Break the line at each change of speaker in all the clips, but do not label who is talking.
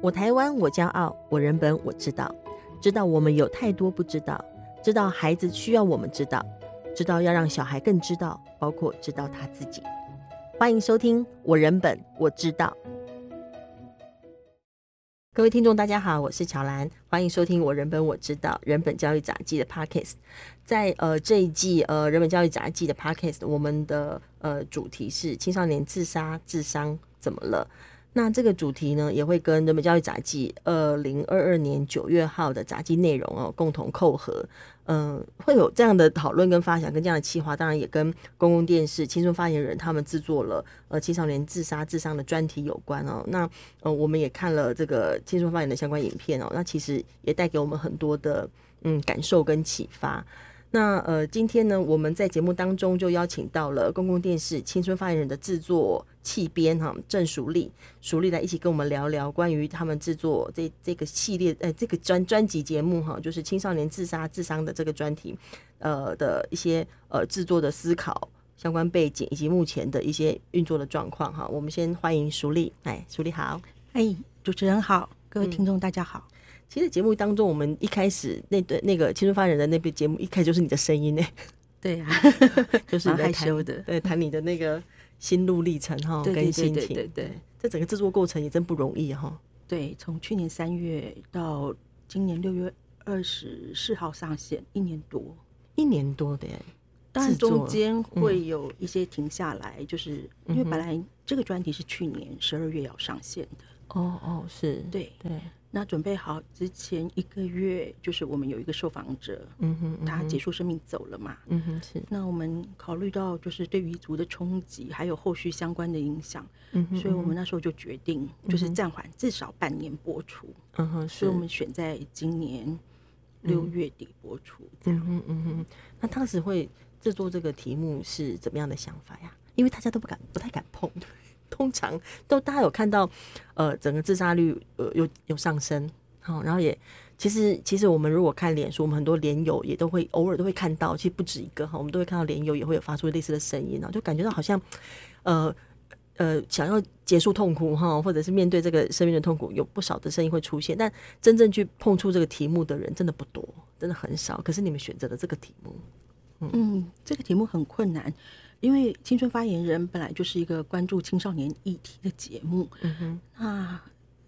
我台湾，我骄傲；我人本，我知道。知道我们有太多不知道，知道孩子需要我们知道，知道要让小孩更知道，包括知道他自己。欢迎收听《我人本我知道》。各位听众，大家好，我是乔兰，欢迎收听《我人本我知道》人本教育杂技的 Podcast。在呃这一季呃人本教育杂技的 Podcast，我们的呃主题是青少年自杀智商怎么了？那这个主题呢，也会跟人本教育杂技呃二零二二年九月号的杂技内容哦共同扣合，嗯、会有这样的讨论跟发想，跟这样的企划，当然也跟公共电视青春发言人他们制作了呃青少年自杀智商的专题有关哦。那呃我们也看了这个青春发言人的相关影片哦，那其实也带给我们很多的嗯感受跟启发。那呃，今天呢，我们在节目当中就邀请到了公共电视青春发言人的制作企编哈郑淑丽，淑丽来一起跟我们聊聊关于他们制作这这个系列，呃，这个专专辑节目哈，就是青少年自杀智商的这个专题，呃的一些呃制作的思考、相关背景以及目前的一些运作的状况哈。我们先欢迎淑丽，哎，淑丽好。
哎，主持人好，各位听众大家好。
其实节目当中，我们一开始那对那个青春发言人的那部节目，一开始就是你的声音呢，
对啊，
就是你在
蛮害
谈
羞的
对，谈你的那个心路历程哈，
对
跟
对
心
对对
情，
对对
这整个制作过程也真不容易哈。
对，从去年三月到今年六月二十四号上线，一年多。
一年多的耶，
当然
制作
中间会有一些停下来，就是因为本来这个专题是去年十二月要上线的。
哦哦，是，
对，
对，
那准备好之前一个月，就是我们有一个受访者，
嗯哼，
他结束生命走了嘛。
嗯哼是，
那我们考虑到就是对于族的冲击，还有后续相关的影响，
嗯哼，
所以我们那时候就决定，就是暂缓至少半年播出，
嗯哼是
所以我们选在今年六月底播出。这
嗯
样
哼嗯哼，那当时会制作这个题目是怎么样的想法呀？因为大家都不敢，不太敢碰。 通常都大家有看到，呃，整个自杀率呃有有上升，好、然后也其实其实我们如果看脸书，我们很多连友也都会偶尔都会看到，其实不止一个哈、哦我们都会看到连友也会有发出类似的声音啊，就感觉到好像，呃呃，想要结束痛苦哈、或者是面对这个生命的痛苦，有不少的声音会出现，但真正去碰触这个题目的人真的不多，真的很少。可是你们选择了这个题目，
嗯，这个题目很困难，因为青春发言人本来就是一个关注青少年议题的节目。
嗯哼，
那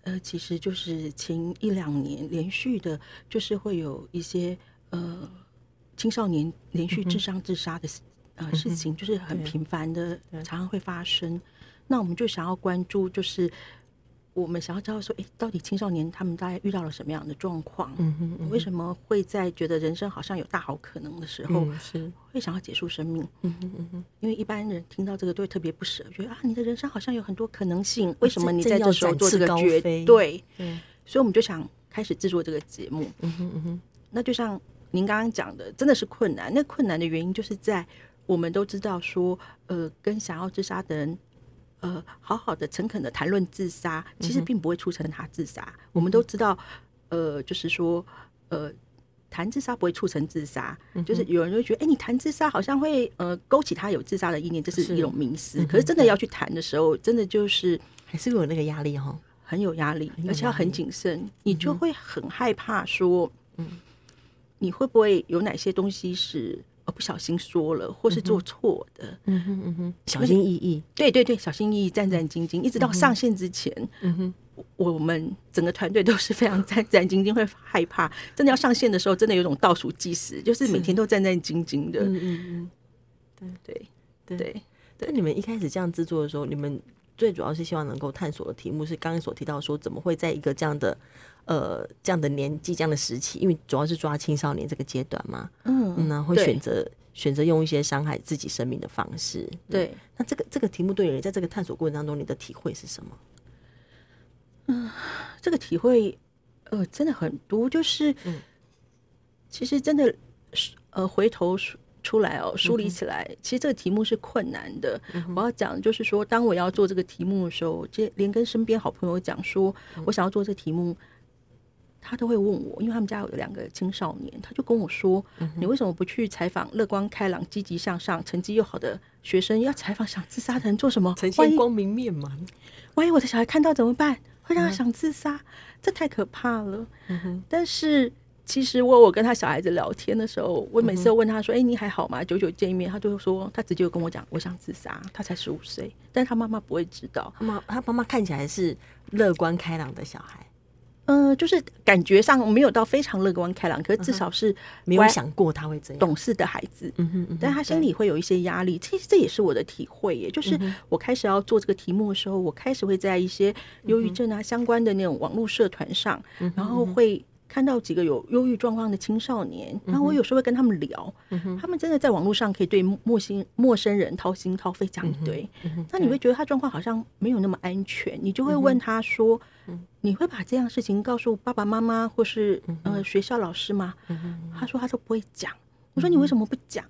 呃，其实就是前一两年连续的，就是会有一些呃青少年连续自伤自杀的事、
嗯
呃事情，就是很频繁的，常常会发生。那我们就想要关注，就是我们想要知道说，诶，到底青少年他们大概遇到了什么样的状况？
嗯哼，
为什么会在觉得人生好像有大好可能的时候，
嗯是，
会想要结束生命？
嗯哼嗯哼，
因为一般人听到这个都会特别不舍，觉得啊，你的人生好像有很多可能性，为什么你在这时候做这个
哦正要展
决
翅高飞
对？
对，
所以我们就想开始制作这个节目。
嗯哼嗯哼，
那就像您刚刚讲的，真的是困难。那困难的原因就是在我们都知道说，呃，跟想要自杀的人，呃，好好的、诚恳的谈论自杀，
嗯
其实并不会促成他自杀。我们都知道，呃，就是说，呃。谈自杀不会促成自杀，就是有人就会觉得，哎、你谈自杀好像会呃勾起他有自杀的意念，这
是
是一嗯种迷思。可是真的要去谈的时候，真的就是
还是有那个压力哈、
很有压力，
有
而且要
压
很
力
谨慎，你就会很害怕说，你会不会有哪些东西是呃不小心说了，或是做错的？
嗯哼嗯哼，小心翼翼，
对对对，小心翼翼、战战兢兢，一直到上线之前，
嗯哼，
我们整个团队都是非常战战兢兢，会害怕。真的要上线的时候，真的有种倒数计时，就是每天都战战兢兢的。
嗯嗯嗯。
对
对
对，
那你们一开始这样制作的时候，你们最主要是希望能够探索的题目是刚刚所提到说，怎么会在一个这样的呃这样的年纪、这样的时期，因为主要是抓青少年这个阶段嘛，
嗯，
嗯，然后会
对
选择选择用一些伤害自己生命的方式。嗯
对。
那这个这个题目对你在这个探索过程当中，你的体会是什么？
这个体会，呃，真的很多，就是，
嗯
其实真的，呃，回头梳出来哦，
嗯
梳理起来，其实这个题目是困难的。我要讲的就是说，当我要做这个题目的时候，这连跟身边好朋友讲说，
嗯
我想要做这个题目。他都会问我，因为他们家有两个青少年，他就跟我说：“
嗯
你为什么不去采访乐观开朗、积极向上、成绩又好的学生？要采访想自杀的人做什么？
呈
万
现
一
光明面嘛？
万一我的小孩看到怎么办？会让他想自杀，这太可怕了。但是其实我我跟他小孩子聊天的时候，我每次都问他说：“哎、你还好吗？”久久见一面，他就会说他直接就跟我讲我想自杀，他才十五岁，但他妈妈不会知道。
他妈他妈妈看起来是乐观开朗的小孩，
嗯、就是感觉上没有到非常乐观开朗，可是至少是
没有
乖
想过他会这样。
懂事的孩子。
嗯哼嗯哼嗯
但他心里会有一些压力，其实这也是我的体会耶。就是我开始要做这个题目的时候，我开始会在一
嗯
些忧郁症啊相关的那种网络社团上，然
嗯
后会看到几个有忧郁状况的青少年，然后我有时候会跟他们聊，
嗯
他们真的在网络上可以对陌生陌生人掏心掏肺
嗯
讲一堆，那你会觉得他状况好像没有那么安全，你
嗯
就会问他说。你会把这样的事情告诉爸爸妈妈或是呃学校老师吗？他说他都不会讲。我说你为什么不讲？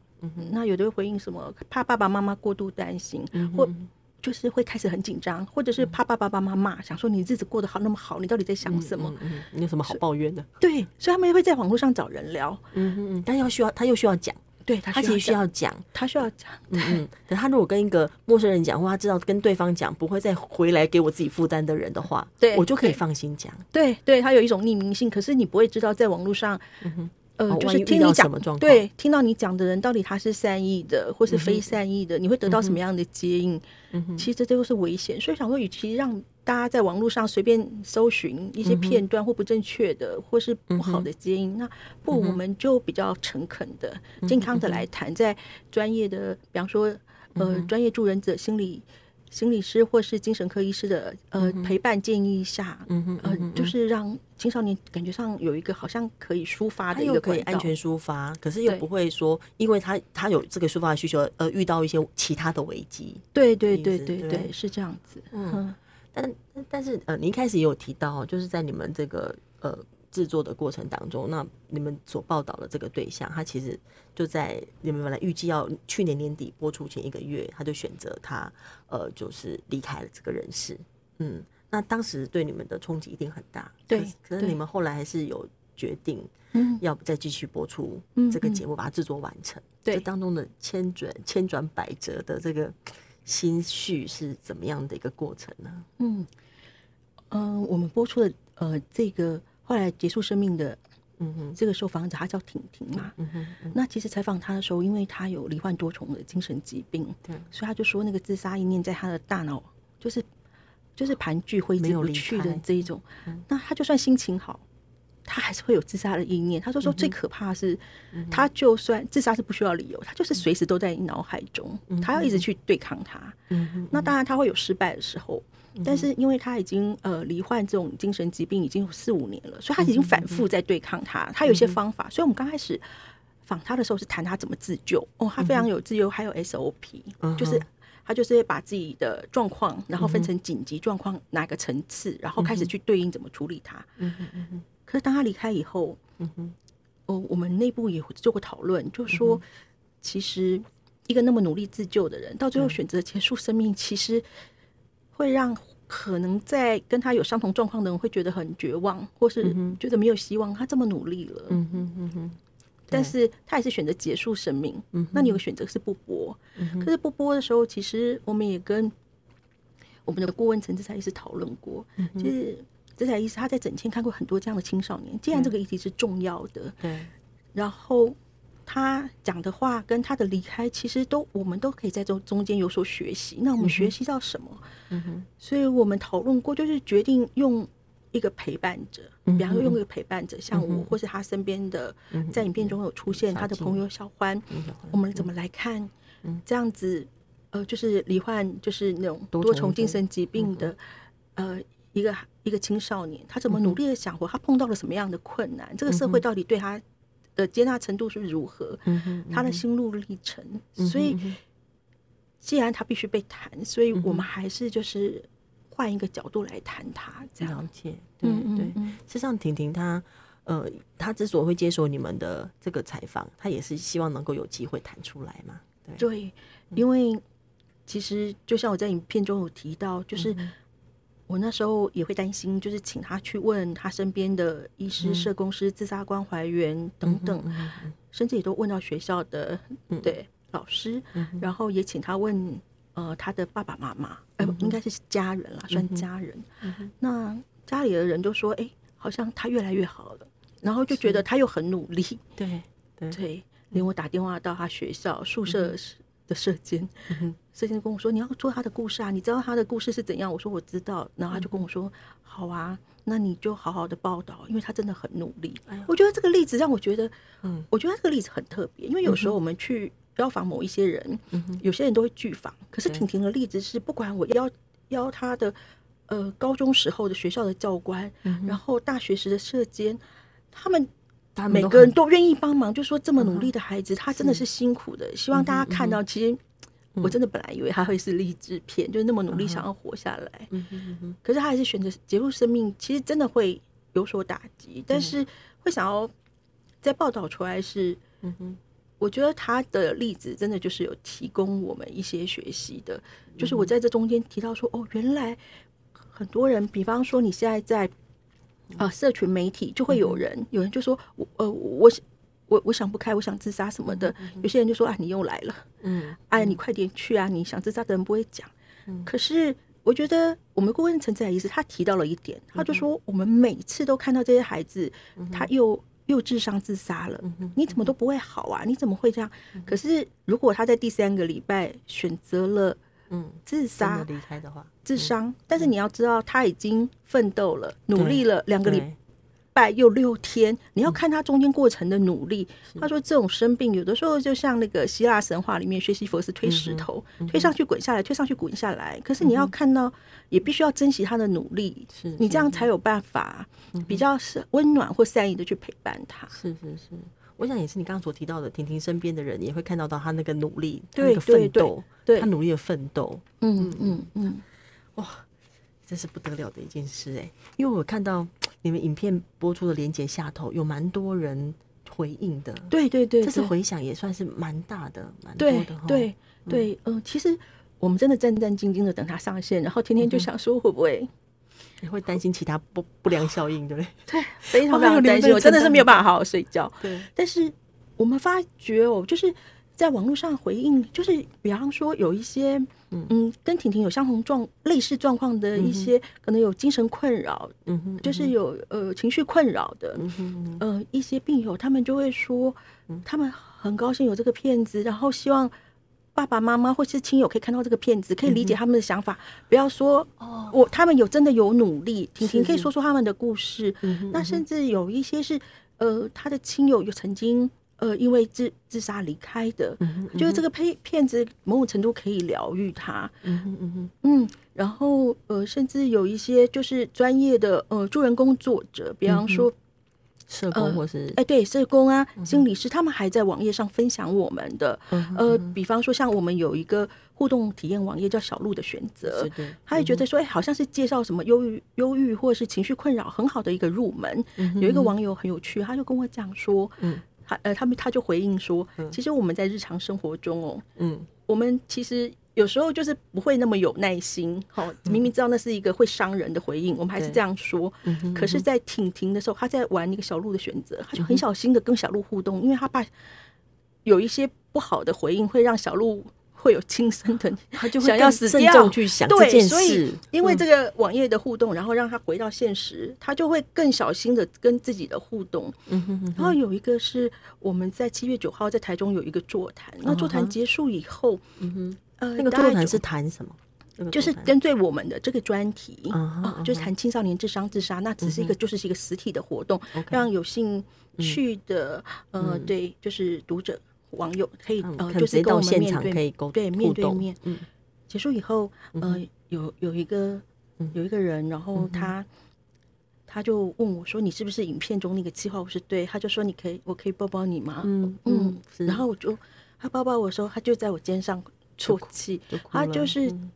那有的会回应什么怕爸爸妈妈过度担心，或
嗯
就是会开始很紧张，或者是怕爸爸妈妈骂，想说你日子过得好那么好，你到底在想什么？
嗯嗯，你有什么好抱怨的？
对，所以他们会在网络上找人聊。
嗯哼嗯，但要需要他又需要讲，
对他
他其实需
需要讲，
要讲。
他需要讲，
嗯嗯，可他如果跟一个陌生人讲，或他知道跟对方讲不会再回来给我自己负担的人的话，
对
我就可以
对
放心讲。
对对，他有一种匿名性，可是你不会知道在网络上，呃
哦，
就
万
是
一遇
听
到
你
什么状况
讲，对，听到你讲的人到底他是善意的或是非善意的，你会得
嗯
到什么样的接应？其实这都是危险，所以想说，与其让大家在网络上随便搜寻一些
嗯
片段或不正确的或是不好的接应，那不如我们就比较诚恳的、
嗯
健康的来谈，在专业的，比方说，
嗯
呃，专业助人者心理。心理师或是精神科医师的呃陪伴建议下，
嗯哼
呃，就是让青少年感觉上有一个好像可以抒发
他
的一
又
个
可以
管道
安全抒发，可是又
对
不会说，因为他他有这个抒发的需求，而遇到一些其他的危机。
对
的
对
意
对
思
对
对
对，是这样子。嗯，
但但是呃，你一开始也有提到，就是在你们这个呃制作的过程当中，那你们所报道的这个对象，他其实就在你们本来预计要去年年底播出前一个月，他就选择他呃就是离开了这个人世。嗯，那当时对你们的冲击一定很大。
对
可是可是
对
你们后来还是有决定
嗯，
要再继续播出
嗯
这个
嗯
节目，把它制作完成。
对
这当中的千转千转百折的这个心绪是怎么样的一个过程呢？
嗯，呃，我们播出的呃这个后来结束生命的
嗯哼，
这个受访者，他叫婷婷嘛。
嗯哼。
那其实采访他的时候，因为他有罹患多重的精神疾病，
对
所以他就说那个自杀意念在他的大脑就是就是盘踞挥
没
之
有
不
离
去的
开
这一种。
嗯
那他就算心情好，他还是会有自杀的意念。他就
嗯
说最可怕的是，他就算自杀是不需要理由，他就是随时都在你脑海中，他要一直去对抗他。
嗯
那当然他会有失败的时候，但是因为他已经呃罹患这种精神疾病已经有四五年了，所以他
嗯
已经反复在对抗他，他有一些方法，所以我们刚开始。访他的时候是谈他怎么自救哦，他非常有自由，还有 SOP，、
嗯嗯哼嗯
就是他就是会把自己的状况，然后分成紧急状况哪个层次，然后开始去对应怎么处理它。
嗯哼嗯哼
可是当他离开以后，
嗯哼嗯
哦，我们内部也做过讨论，就说、其实一个那么努力自救的人，到
嗯
最后选择结束生命，其实会让可能在跟他有相同状况的人会觉得很绝望，或是觉得没有希望。他这么努力了，
嗯哼嗯哼，
但是他也是选择结束生命。
嗯哼
那你有个选择是不播，
嗯哼
可是不播的时候，其实我们也跟我们的顾问陈志才医师讨论过，
嗯
就是志才医师他在整天看过很多这样的青少年，
嗯
既然这个议题是重要的，
对，
然后他讲的话跟他的离开，其实都我们都可以在中中间有所学习。那我们学习到什么？
嗯哼
所以我们讨论过，就是决定用一个陪伴者，
嗯哼嗯
比方说用一个陪伴者，像我或是他身边的，在影片中有出现
小
他的
金
朋友小欢，
嗯哼
我们怎么来看
嗯
这样子？呃，就是罹患就是那种
多
多
重嗯
重精
的
神疾病的，呃，一个一个青少年，
嗯
他怎么努力的想活？他碰到了什么样的困难？这个社会到底对他的接纳程度是如何？
嗯哼嗯
他的心路历程，所以既然他必须被谈，所
嗯
以我们还是就是换一个角度来谈他，这样
了。解，对
嗯
对
嗯。嗯，
事实上，婷婷她呃，她之所以会接受你们的这个采访，她也是希望能够有机会谈出来嘛。对，
对，因为其实就像我在影片中有提到，就是我那时候也会担心，就是请他去问他身边的医师、社工师、自杀关怀员等等，甚至也都问到学校的对老师，然后也请他问呃他的爸爸妈妈，呃，应该是家人啦，算家人。那家里的人就说：“哎，好像他越来越好了。”然后就觉得他又很努力，
对对
对，连我打电话到他学校宿舍的社监，
嗯哼
社监跟我说：“你要做他的故事啊，你知道他的故事是怎样？”我说：“我知道。”然后
嗯
他就跟我说：“好啊，那你就好好的报道，因为他真的很努力。
哎呦
我觉得这个例子让我觉得，
嗯
我觉得这个例子很特别，因为有时候我们去邀访某一些人，
嗯哼
有些人都会拒访，可是
对
婷婷的例子是，不管我邀邀她的呃高中时候的学校的教官，
嗯哼
然后大学时的社监，他们
他们
每
都
个
很
人都愿意帮忙，就说这么
嗯
努
哼
力的孩子，他真的
是嗯
是辛苦的。希望大家看到，其实我真的本来以为他会是励志片，就是那么努力想要活下来，
嗯哼嗯哼
可是他还是选择结束生命，其实真的会有所打
嗯
击，但是会想要再报道出来是。
嗯哼
我觉得他的例子真的就是有提供我们一些学习的，就是
嗯
我在这中间提到说，哦，原来很多人，比方说你现在在啊、呃社群媒体就会有人，
嗯
有人就说我呃我我我想不开，我想自杀什么的，有些人就说啊你又来了，
嗯
哎你快点去啊，你想自杀的人不会讲，可是。我觉得我们顾问陈志来医师他提到了一
嗯
点，他就说我们每次都看到这些孩子，他又又智商自杀了，
嗯哼嗯
你怎么都不会好啊？你怎么会这样？可是如果他在第三个礼拜选择了
嗯，
自
真
杀
的、离开的话，
自伤，但是你要知道他已经奋斗了、努力了两个
对
礼拜又六天，你
嗯
要看他中间过程的努力。他说这种生病有的时候就像那个希腊神话里面薛西佛斯推石头，
嗯
推上去滚下来，推上去滚下来。可是你要看到，也必须要珍惜他的努力，
是嗯
你这样才有办法比较是温暖或善意的去陪伴他。
是是是，我想也是你刚刚所提到的，婷婷身边的人也会看到到她那个努力，她那
对
个
对
奋
对
斗，
对
她努力的奋斗，
嗯嗯嗯。
这是不得了的一件事哎、因为我看到你们影片播出的连接下头有蛮多人回应的，
对对对，
这次
对
回响也算是蛮大的，蛮多
对
的哈。
对对，嗯、其实我们真的战战兢兢的等它上线，然后天天
嗯
就想说会不会、
你会担心其他不不良效应，对不对？
对非常
哦
非
还有
常
零
担心，
分
我真的是
承
没有
担
办法好好睡觉。
对，
但是我们发觉哦，就是在网络上回应，就是比方说有一些
嗯
嗯跟婷婷有相同状类似状况的一
嗯哼
些，可能有精神困扰，
嗯哼，
就是有呃情绪困扰的，
嗯哼嗯哼
呃，一些病友他们就会说，
嗯
他们很高兴有这个片子，然后希望爸爸妈妈或是亲友可以看到这个片子，可以理解他们的想法，不要说
嗯哦，
我他们有真的有努力，婷
是
婷可以
是
说出他们的故事。
嗯哼
那甚至有一些是呃，他的亲友有曾经呃因为自自杀离开的，
嗯哼
就是这个片片子某种程度可以疗愈他。
嗯哼嗯哼
嗯，然后呃，甚至有一些就是专业的呃助人工作者，比
嗯
方说
社工
呃
或是
哎，对，社工啊、心理师，他们还在网页上分享我们的，
嗯哼
呃，比方说像我们有一个互动体验网页叫“小鹿的选择
是”，嗯对，
他也觉得说，哎，好像是介绍什么忧郁、忧郁或者是情绪困扰很好的一个入门。有一个网友很有趣，他就跟我讲说，
嗯
他呃，他们他就回应说，其实我们在日常生活中哦，
嗯
我们其实有时候就是不会那么有耐心，哦，明明知道那是一个会伤人的回应，我们还是
嗯对
这样说。
嗯
可是，在婷婷的时候，她在玩那个小鹿的选择，她就很小心的跟小鹿互动，因为她怕有一些不好的回应会让小鹿会有轻生的，
他就会
想要
更
死
慎
掉
重去想这
对，
件
所以
事，嗯
因为这个网页的互动，然后让他回到现实，他就会更小心的跟自己的互动。
嗯哼嗯哼
然后有一个是我们在七月九号在台中有一个座谈，那座
嗯
谈
哼
结束以后，
嗯哼，
呃，
那个
大
座
概
谈
就是
谈什么？那个
就是
座谈
针对我们的这个专题
嗯哼
啊、
嗯
就是谈青少年智商自杀，那只是一个、就是一个实体的活动，
OK 嗯
让有兴趣的、呃，对，就是读者网友可以、
嗯可
呃，
能
就
直接
是跟
到
我们
现
面
场
对
可以沟
对
互
面对
动
面
嗯
结束以后，呃，有有一个
嗯
有一个人，然后他。他就问我说：“你是不是影片中那个计划？”我说：“对。”他就说：“你可以，我可以抱抱你吗？”
嗯
嗯
嗯，是
然后我就他抱抱我的时候，他就在我肩上啜泣，
就哭
他
了
啊就是、
嗯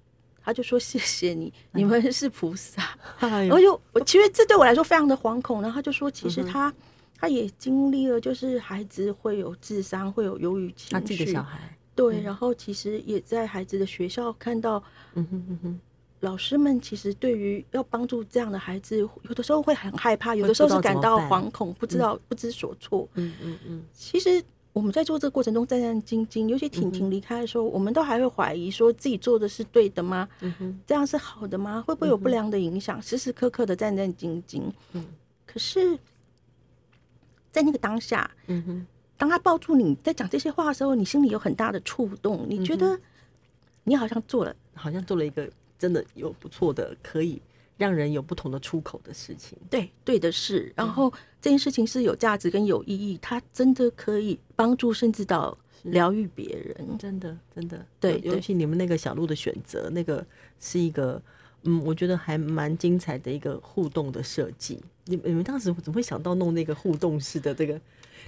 他就说谢谢你，你们是 菩萨。
哎
然
呦
后就我其实这对我来说非常的惶恐，然后他就说其
嗯
实他、他也经历了，就是孩子会有智商，会有忧郁情绪，
他自己的小孩，
对，然后其实也在孩子的学校看到
嗯哼嗯哼，
老师们其实对于要帮助这样的孩子，有的时候会很害怕，有
会
的时候
不知道
是感
怎么
到
办
惶恐，不知道、不知所措。
嗯嗯嗯，
其实我们在做这个过程中战战兢兢，尤其婷
嗯
婷离开的时候，我们都还会怀疑说自己做的是对的吗？
嗯
这样是好的吗？会不会有不良的影响？时时刻刻的战战兢兢。
嗯
可是，在那个当下，
嗯哼，
当他抱住你在讲这些话的时候，你心里有很大的触动，你觉
嗯
得你好像做了，
好像做了一个真的有不错的，可以让人有不同的出口的事情。
对对的事，然后这件事情是有价值跟有意义，它真的可以帮助甚至到疗愈别人。
真的，真的，
对
尤尤
对
其你们那个小路的选择，那个是一个，嗯，我觉得还蛮精彩的一个互动的设计。你你们当时怎么会想到弄那个互动式的这个？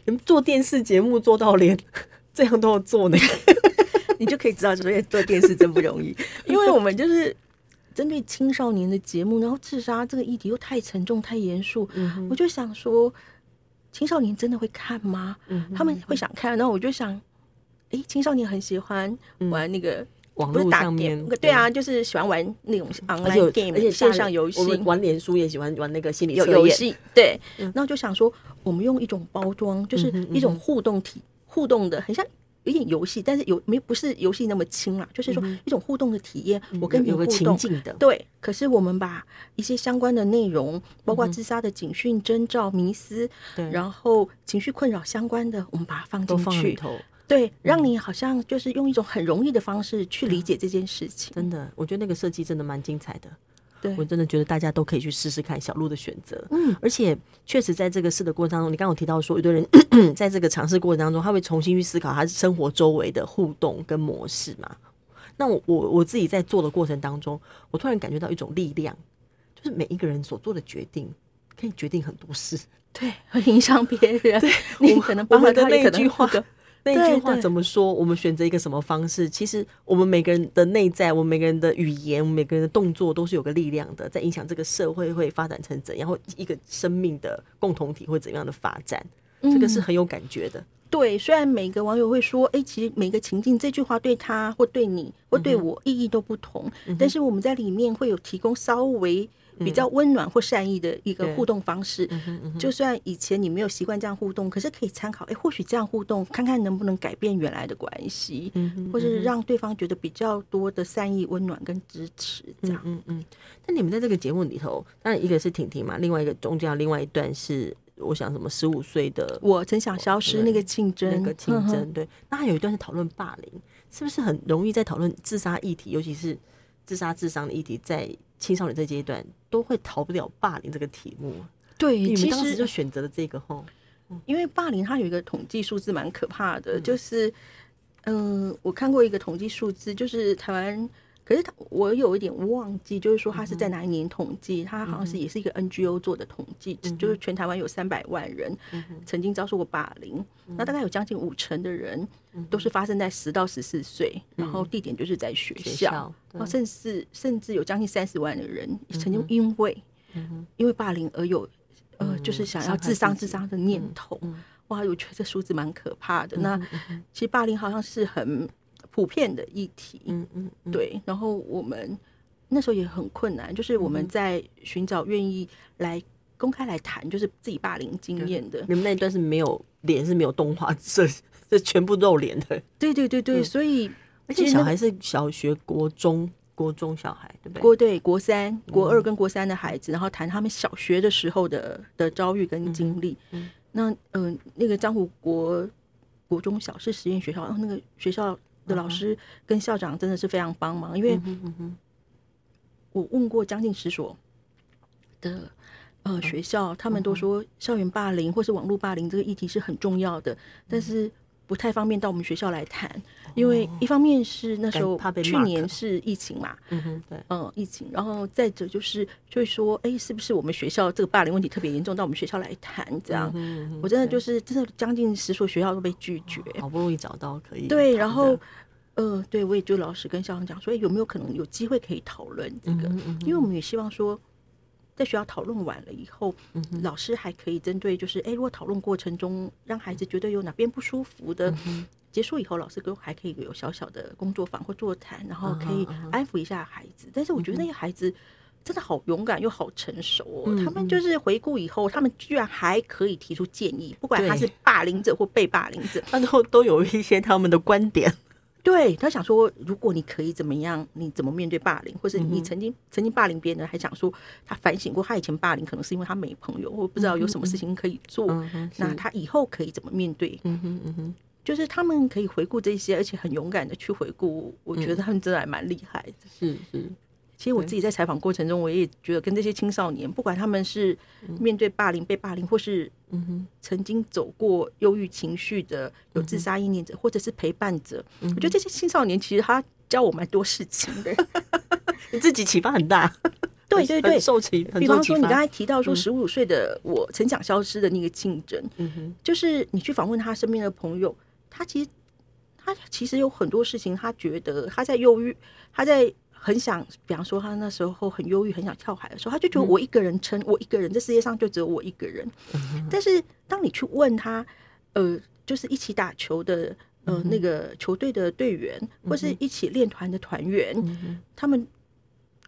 你们做电视节目做到连 这样都要做 呢？
你就可以知道，
哎
就是做电视真不 容易，因为我们就是 针对青少年的节目，然后自杀这个议题又太沉重、太严肃，
嗯
我就想说，青少年真的会看吗？
嗯
他们会想看，然后我就想，诶，青少年很喜欢玩那个。
嗯网
不是
络
打
上
game，
面
对啊，就是喜欢玩那种
而且有
online game，
而且
线
大
上
人
游戏
我，们玩脸书也喜欢玩那个心理
有
测
游
验，嗯
戏，对。那我就想说，我们用一种包装，就是一种互动体，互动的，很像有点游戏，但是有没不是游戏那么轻啦，就是说一种互动的体验。我跟你
嗯有
互
个情
动。
境的，
对，可是我们把一些相关的内容，包括自杀的警讯、征兆、迷思，
嗯对
然后情绪困扰相关的，我们把它放
都
进
放里
去，
头。嗯
对，让你好像就是用一种很容易的方式去理解这件事情。
真的，我觉得那个设计真的蛮精彩的。
对
我真的觉得大家都可以去试试看小鹿的选择。
嗯，
而且确实在这个试的过程当中，你刚刚有提到说，有的人 在这个尝试过程当中，他会重新去思考他生活周围的互动跟模式嘛。那我我我自己在做的过程当中，我突然感觉到一种力量，就是每一个人所做的决定可以决定很多事。
对，会影响别人，你可能
我
帮了
们的
他，也
那
可
一句
能
话
不得，
那一
对
句话
对
怎么说？我们选择一个什么方式？其实我们每个人的内在，我们每个人的语言，我们每个人的动作都是有个力量的，在影响这个社会会发展成怎样，或一个生命的共同体会怎样的发展。
嗯
这个是很有感觉的。
对，虽然每个网友会说，哎，其实每个情境这句话对他或对你或
嗯
对我意义都不同，但是我们在里面会有提供稍微比较温暖或善意的一个
嗯对嗯
互动方式。就算以前你没有习惯这样互动，可是可以参考，哎，或许这样互动，看看能不能改变原来的关系，
嗯
或者是让对方觉得比较多的善意、温暖跟支持，这样。
嗯嗯。那你们在这个节目里头，当然一个是婷婷嘛，另外一个中间还有另外一段是我想什么十五岁的
我曾想消失那个竞争，
哦那个竞
哼哼
争，对。那还有一段是讨论霸凌，是不是很容易在讨论自杀议题，尤其是自杀智商的议题，在青少年这阶段都会逃不了霸凌这个题目。啊
对，
你们
其
当时
实
就选择了这个吼，
因为霸凌它有一个统计数字蛮可怕的，就是，嗯、我看过一个统计数字，就是台湾，可是它我有一点忘记，就是说它是在哪一年统计，它好像是也是一个 NGO 做的统计，就是全台湾有三百万人曾经遭受过霸凌，那大概有将近五成的人都是发生在十到十四岁，然后地点就是在嗯学
学
校，
校对嗯
然哦后甚至甚至有将近三十万的人曾经因为、因为霸凌而有呃，就是
嗯
想
伤
要
害
自
自
伤
己嗯
自伤的念头。哇，我觉得这数字蛮可怕的。那其实霸凌好像是很普遍的议题，
嗯嗯嗯，
对。然后我们那时候也很困难，就是
嗯
我们在寻找愿意来公开来谈，就是自己霸凌经验的。
你们那一段是没有脸，是没有动画，这这全部露脸的，
对对对
嗯
对，所以
而
其
且
实
小
那
孩是小学、国中、国中小孩，对不嗯对？
国对国三、国二跟国三的孩子，然后谈他们小学的时候的的遭遇跟经历。那嗯、那个张虎国国中小是实验学校，然后那个学校
嗯
的老师跟校长真的是非常帮忙，因为我问过将近十所的
嗯
呃学校，他们都说校园霸凌或是网络霸凌这个议题是很重要的，
嗯
但是。不太方便到我们学校来谈，因为一方面是那时候
哦感怕被
去
mark
年是疫情嘛，
嗯哼，对。
嗯，疫情，然后再者就是就会说，哎，是不是我们学校这个霸凌问题特别严重，到我们学校来谈这样？
嗯哼，
我真的就是真的将近十所学校都被拒绝。
好不容易找到可以
对，
谈
然
的
后呃，对我也就老师跟校长讲说，哎有没有可能有机会可以讨论这个？
嗯哼嗯
因为我们也希望说。在学校讨论完了以后，
嗯
老师还可以针对就是，哎、如果讨论过程中让孩子觉得有哪边不舒服的，
嗯
结束以后，老师跟还可以有小小的工作坊或座谈，然后可以
嗯哼嗯哼嗯
安抚一下孩子。但是我觉得那些孩子真的好勇敢又好成熟哦。
嗯
他们就是回顾以后，他们居然还可以提出建议，不管他是
对
霸凌者或被霸凌者，
他都都有一些他们的观点，
对他想说，如果你可以怎么样，你怎么面对霸凌，或是你曾经、曾经霸凌别人，还想说他反省过，他以前霸凌可能是因为他没朋友，或不知道有什么事情可以做，
嗯哼
嗯那他以后可以怎么面对？
嗯哼嗯哼，
就是他们可以回顾这些，而且很勇敢的去回顾，我觉得他们真的还蛮厉害的。
是是，
其实我自己在采访过程中，我也觉得跟这些青少年，不管他们是面对霸凌、被霸凌，或是
嗯哼，
曾经走过忧郁情绪的、有自杀意念者，或者是陪伴者，我觉得这些青少年其实他教我蛮多事情的。
你自己启发很大，
对对对
很，受启，很
比
受
方
启
说你刚
发，
才提到说十五岁的我曾想消失的那个竞争，
嗯哼，
就是你去访问他身边的朋友，他其实他其实有很多事情，他觉得他在忧郁，他在很想，比方说他那时候很忧郁，很想跳海的时候，他就觉得我一个人撑，我一个人，这世界上就只有我一个人。
嗯
但是当你去问他，呃，就是一起打球的。
嗯
呃，那个球队的队员，或是一起练团的团员，
嗯
他们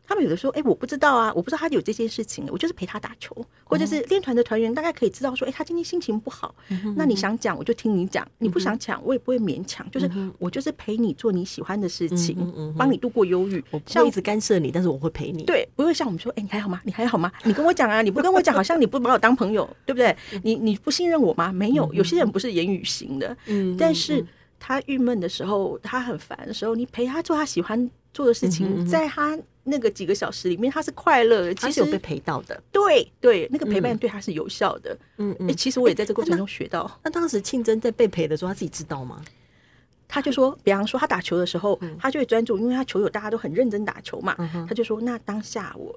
他们有的说，哎、我不知道啊，我不知道他有这件事情，我就是陪他打球，或者
哦
是练团的团员大概可以知道说，哎、他今天心情不好，
嗯
那你想讲我就听你讲，你不想讲我也不会勉强，就是我就是陪你做你喜欢的事情，
嗯嗯哼嗯哼
帮你度过忧郁。
我不会一直干涉你，但是我会陪你，
对，不会像我们说，哎、你还好吗？你还好吗？你跟我讲啊，你不跟我讲，好像你不把我当朋友，对不对？
嗯
你你不信任我吗？没有，有些人不是言语型的，
嗯，嗯，
但是他郁闷的时候，他很烦的时候，你陪他做他喜欢做的事情，在他那个几个小时里面，他是快乐的。
嗯他
其
是
实
有被陪到的，
对对，那个陪伴对他是有效的。
嗯
哎、其实我也在这过程中学到。
那当时庆珍在被陪的时候，他自己知道吗？
他就说，比方说他打球的时候，他就会专注，因为他球友大家都很认真打球嘛。他就说，那当下我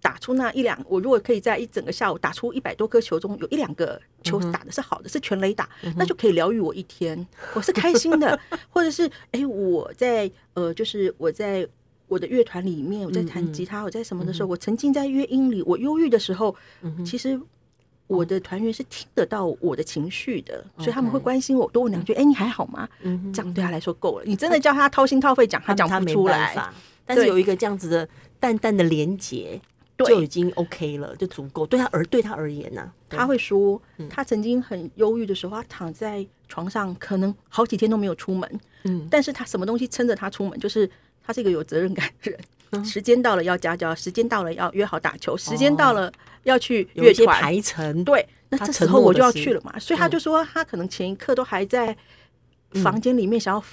打出那一两，我如果可以在一整个下午打出一百多颗球中，有一两个球打的是好的，是全垒打，那就可以疗愈我一天， 我是开心的。 或者是，哎、我在呃，就是我在。我的乐团里面，我在弹吉他，我在什么的时候，我沉浸在乐音里，我忧郁的时候，其实我的团员是听得到我的情绪的，所以他们会
OK
关心我，多问两句，哎、你还好吗？
嗯哼
这样对他来说够了。你真的叫他掏心掏肺讲，他讲
他
不
没
出
办
来。
法，但是
对
有一个这样子的淡淡的连结，
对
就已经 OK 了，就足够。对他而对他而言啊呐、对嗯
他会说，他曾经很忧郁的时候，他躺在床上，可能好几天都没有出门。
嗯
但是他什么东西撑着他出门？就是他是一个有责任感的人。
嗯
时间到了要家教，时间到了要约好打球，时间到了要去
哦有
乐
一些
团。
排程，
对，那
他
这时
承
候
诺
我
的嗯
就要
是
去了嘛，所以他就说他可能前一刻都还在
嗯
房间里面，想要、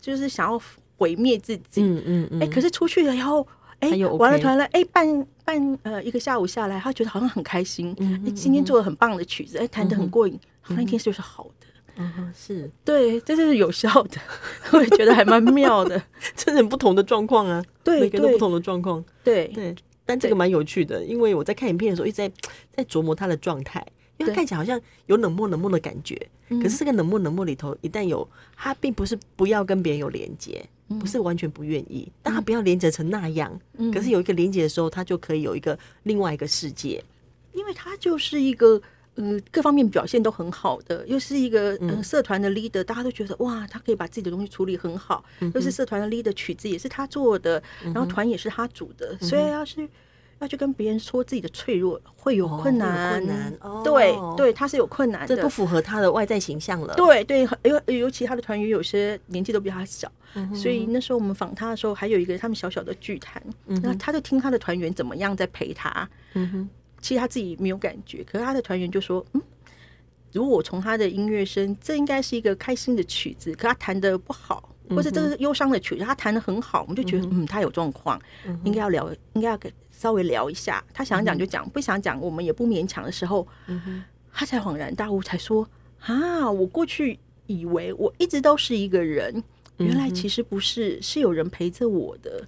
就是想要毁灭自己。
嗯嗯嗯，
哎、可是出去了以后，哎、
他又 OK
玩了团了，哎、半半呃一个下午下来，他觉得好像很开心，
嗯
哎、今天做了很棒的曲子，哎、弹得很过瘾，好像一天就是好的。
嗯哼是，
对，这就是有效的， 我也觉得还蛮妙的。
这很不同的状况啊，
对
每个人都
对
不同的状况。
对，
对，但这个蛮有趣的，因为我在看影片的时候一直在在琢磨他的状态，因为他
对嗯
看起来好像有冷漠冷漠的感觉，可是这个冷漠冷漠里头一旦有他，并不是不要跟别人有连接，
嗯
不是完全不愿意，但他不要连接成那样，可是有一个连接的时候，他就可以有一个另外一个世界，
因为他就是一个。呃，各方面表现都很好的，又是一个
嗯
呃社团的 leader，、大家都觉得哇，他可以把自己的东西处理很好，
嗯
又是社团的 leader，曲子也是他做的，然后团也是他组
嗯
的，所以要是要去跟别人说自己的脆弱，会有困
哦会有
难，
困难哦
对对，他是有困难的，
这不符合他的外在形象了。
对对，很尤尤其他的团员有些年纪都比他小，
嗯
所以那时候我们访他的时候，还有一个他们小小的剧谈，
嗯
那、他就听他的团员怎么样在陪他。其实他自己没有感觉，可是他的团员就说：“嗯，如果我从他的音乐声，这应该是一个开心的曲子，可他弹的不好，或者这是忧伤的曲子，他弹的很好，我们就觉得嗯他有状况，应该要聊，应该要给稍微聊一下。他想讲就讲，不想讲我们也不勉强的时候，他才恍然大悟，才说啊，我过去以为我一直都是一个人，原来其实不是，是有人陪着我的。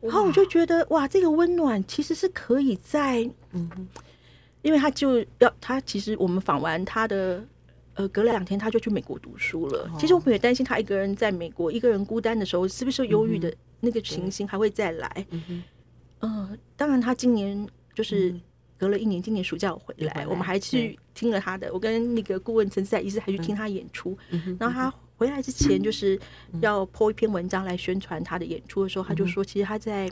然后我就觉得哇，这个温暖其实是可以在，因为他就要他其实我们访完他的。呃，隔了两天他就去美国读书了。
哦
其实我们也担心他一个人在美国一个人孤单的时候，是不是忧
嗯
郁的那个情形还会再来？嗯、当然他今年就是隔了一年，今年暑假我回
嗯又回
来，
来
我们还去听了他的，我跟那个顾问陈思海医师还去听他演出。
嗯
然后他回来之
嗯
前就是要 po 一篇文章来宣传他的演出的时候，他就说，其实他在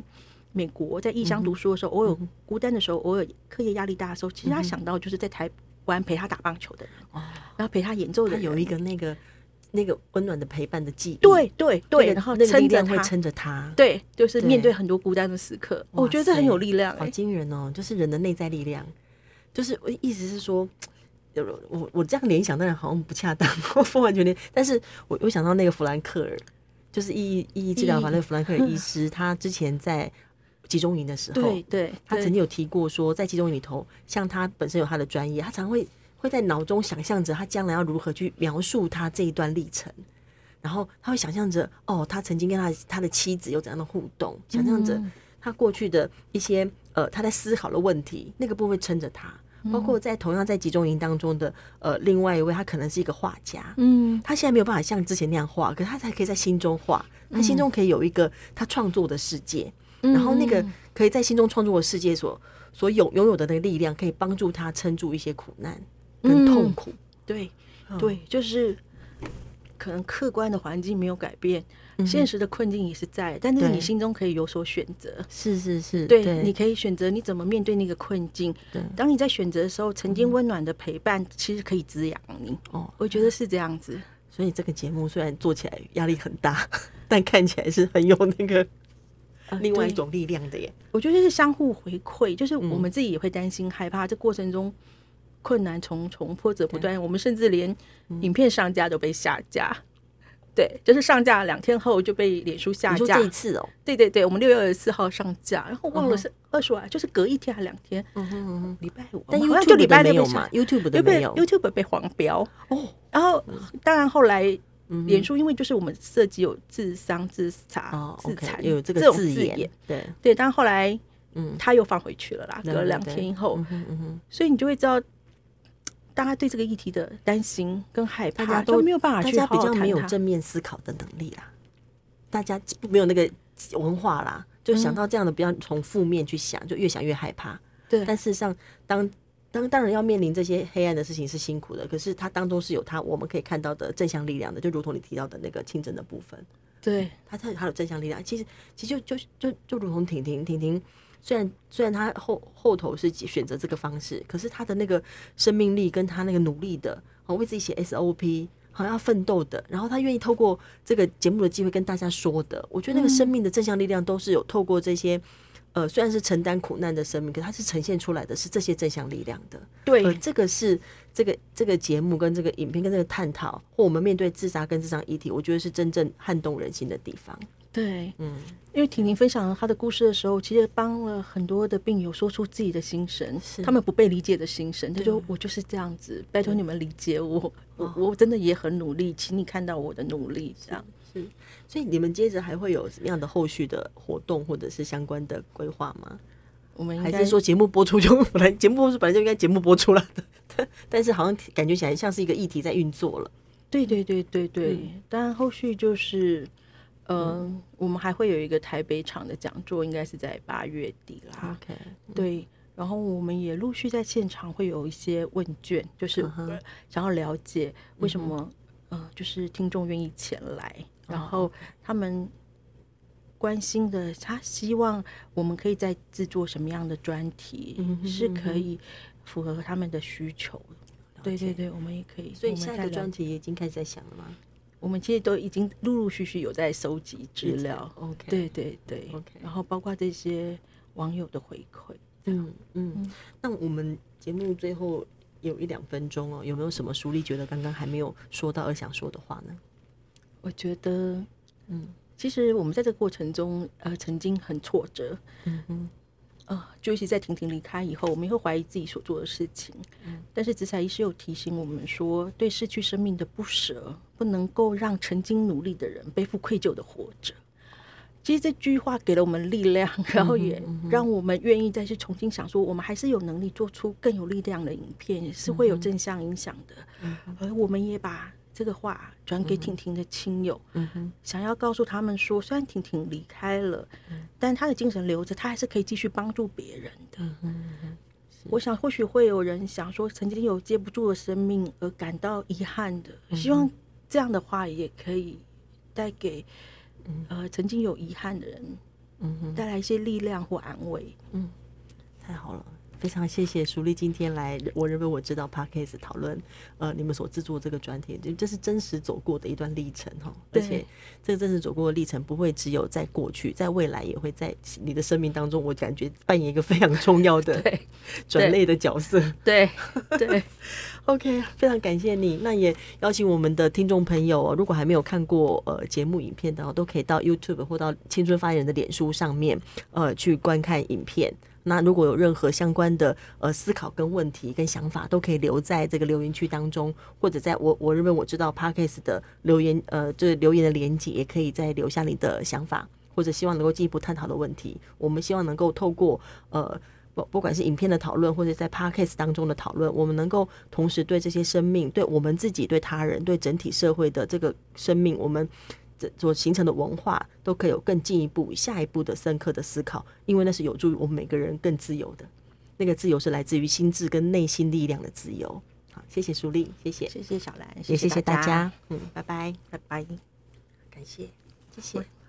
美国在异乡读书的时候，
嗯
偶尔孤单的时候，偶尔课业压力大的时候，其实他想到就是在台湾陪他打棒球的人，然后陪他演奏
哦他
的人
有一个那个那个温暖的陪伴的记忆，
对对
那
对，
个
然后
那个力
撑着
量
他
会，撑着他，
对，就是
对
面对很多孤单的时刻，
哇
我觉得这很
塞
有力量、
好
欸。
惊人哦！就是人的内在力量，就是我意思是说，有我我这样联想，当然好像不恰当，我不完全联，但是我我想到那个弗兰克尔，就是意义意义治疗法那个弗兰克尔医师，他之前在集中营的时候
嗯对，对，
他
对
曾经有提过说，在集中营里头，像他本身有他的专业，他常会会在脑中想象着他将来要如何去描述他这一段历程，然后他会想象着哦，他曾经跟他的他的妻子有怎样的互动，想象
嗯
着他过去的一些呃他在思考的问题，那个部分撑着他。包括在同样在集中营当中的呃另外一位，他可能是一个画家，
嗯，
他现在没有办法像之前那样画，可是他才可以在心中画，他心中可以有一个他创作的世界，
嗯
然后那个可以在心中创作的世界所所有拥有的那个力量，可以帮助他撑住一些苦难跟痛苦。
对
嗯
对，就是可能客观的环境没有改变，现实的困境也是在，但是
嗯对
你心中可以有所选择。
是是是，
对，你可以选择你怎么面对那个困境
对。嗯
当你在选择的时候，曾经温暖的陪伴其实可以滋养你。
哦
我觉得是这样子。
所以这个节目虽然做起来压力很大， 但看起来是很有那个啊另外一种力量的耶。
我觉得是相互回馈，就是
嗯
我们自己也会担心、害怕，这过程中困难重重、波折不断，我们甚至连
嗯
影片上架都被下架。对，就是上架两天后就被脸书下
你说嗯
架
这一。次哦，
对对对，我们六月二十四号上架，然后忘了是二十五，就是隔一天还两天，
嗯哼嗯哼，
礼拜五，
但
我们好像就
YouTube
礼拜
的
六
没
被
有
下
嘛？YouTube
又
的没
被
有
YouTube 被黄标
哦，
然后当然后来
嗯
脸书，因为就是我们涉及有自伤、自杀
哦、
自
，OK，
残
有这
种
个字
眼
眼，，对，
对，但后来
嗯
他又放回去了啦，隔了
对
两
对
天以后
嗯，哼嗯哼。
所以你就会知道。大家对这个议题的担心跟害怕，
大家
都
都
没有办法
大
去
家
好
比
好
较
谈
没有
它
正面思考的能力啦，大家没有那个文化啦，就想到这样的，不要从负面去想，就越想越害怕。
对
但事实上，当当当然要面临这些黑暗的事情是辛苦的，可是它当中是有它我们可以看到的正向力量的，就如同你提到的那个清真的部分，
对
它它它有正向力量。其实其实就就就就如同婷婷婷婷。虽然虽然她后后头是选择这个方式，可是她的那个生命力跟她那个努力的，哦，为自己写 SOP，好像要奋斗的，然后她愿意透过这个节目的机会跟大家说的，我觉得那个生命的正向力量都是有透过这些，呃，虽然是承担苦难的生命，可它是呈现出来的是这些正向力量的。呃，
对
这个是这个这个节目跟这个影片跟这个探讨，或我们面对自杀跟自伤议题，我觉得是真正撼动人心的地方。
对，
嗯，
因为婷婷分享了她的故事的时候，其实帮了很多的病友说出自己的心声，他们不被理解的心声。他就我就是这样子，拜托你们理解我，
哦
我我真的也很努力，请你看到我的努力。这样，
所以你们接着还会有什么样的后续的活动或者是相关的规划吗？
我们应
还
该
是说节目播出就 本来节目播出本来就应该节目播出了的，但但是好像感觉起来像是一个议题在运作了。
对对对对对，
嗯
当然后续就是，呃、嗯，我们还会有一个台北场的讲座，应该是在八月底啦。
OK，
对，然后我们也陆续在现场会有一些问卷，就是
嗯哼嗯
想要了解为什么，呃，就是听众愿意前来，然
哦
后他们。关心的，他希望我们可以再制作什么样的专题，
嗯
是可以符合他们的需求的。对对对，我们也可以。
所以
我们
下一
再
个
了
专题已经开始在想了吗
我们其实都已经陆陆续续有在收集资料。
？OK，
对对对
OK
然后包括这些网友的回馈。
嗯嗯。那我们节目最后有一两分钟哦，有没有什么书丽觉得刚刚还没有说到而想说的话呢？
我觉得，嗯，其实我们在这个过程中，呃，曾经很挫折，嗯呃，就尤其在婷婷离开以后，我们也会怀疑自己所做的事情。但是子彩医师有提醒我们说，对逝去生命的不舍，不能够让曾经努力的人背负愧疚的活着。其实这句话给了我们力量，然后也让我们愿意再去重新想说，我们还是有能力做出更有力量的影片，也是会有正向影响的。而我们也把这个话转给婷婷的亲友，想要告诉他们说，虽然婷婷离开了，但她的精神留着，她还是可以继续帮助别人的。我想，或许会有人想说，曾经有接不住的生命而感到遗憾的，希望这样的话也可以带给、呃曾经有遗憾的人
嗯哼，
带来一些力量或安慰。
太好了。非常谢谢淑丽今天来，我认为我知道 podcast 讨论，呃，你们所制作这个专题，就这是真实走过的一段历程哈，而
对
且这个真实走过的历程不会只有在过去，在未来也会在你的生命当中，我感觉扮演一个非常重要的
对
转类的角色。
对对，
OK，非常感谢你。那也邀请我们的听众朋友哦，如果还没有看过呃节目影片的哦，都可以到 YouTube 或到青春发言人的脸书上面呃去观看影片。那如果有任何相关的呃思考跟问题跟想法，都可以留在这个留言区当中，或者在我我认为我知道 Parkes 的留言呃就是留言的连接，也可以再留下你的想法，或者希望能够进一步探讨的问题。我们希望能够透过呃不不管是影片的讨论，或者在 podcast 当中的讨论，我们能够同时对这些生命、对我们自己、对他人、对整体社会的这个生命，我们这所形成的文化，都可以有更进一步、下一步的深刻的思考，因为那是有助于我们每个人更自由的。那个自由是来自于心智跟内心力量的自由。好，谢谢舒丽，谢谢，
谢谢小兰，
也谢谢
大
大家，嗯，拜拜，
拜拜，
感谢。
谢谢。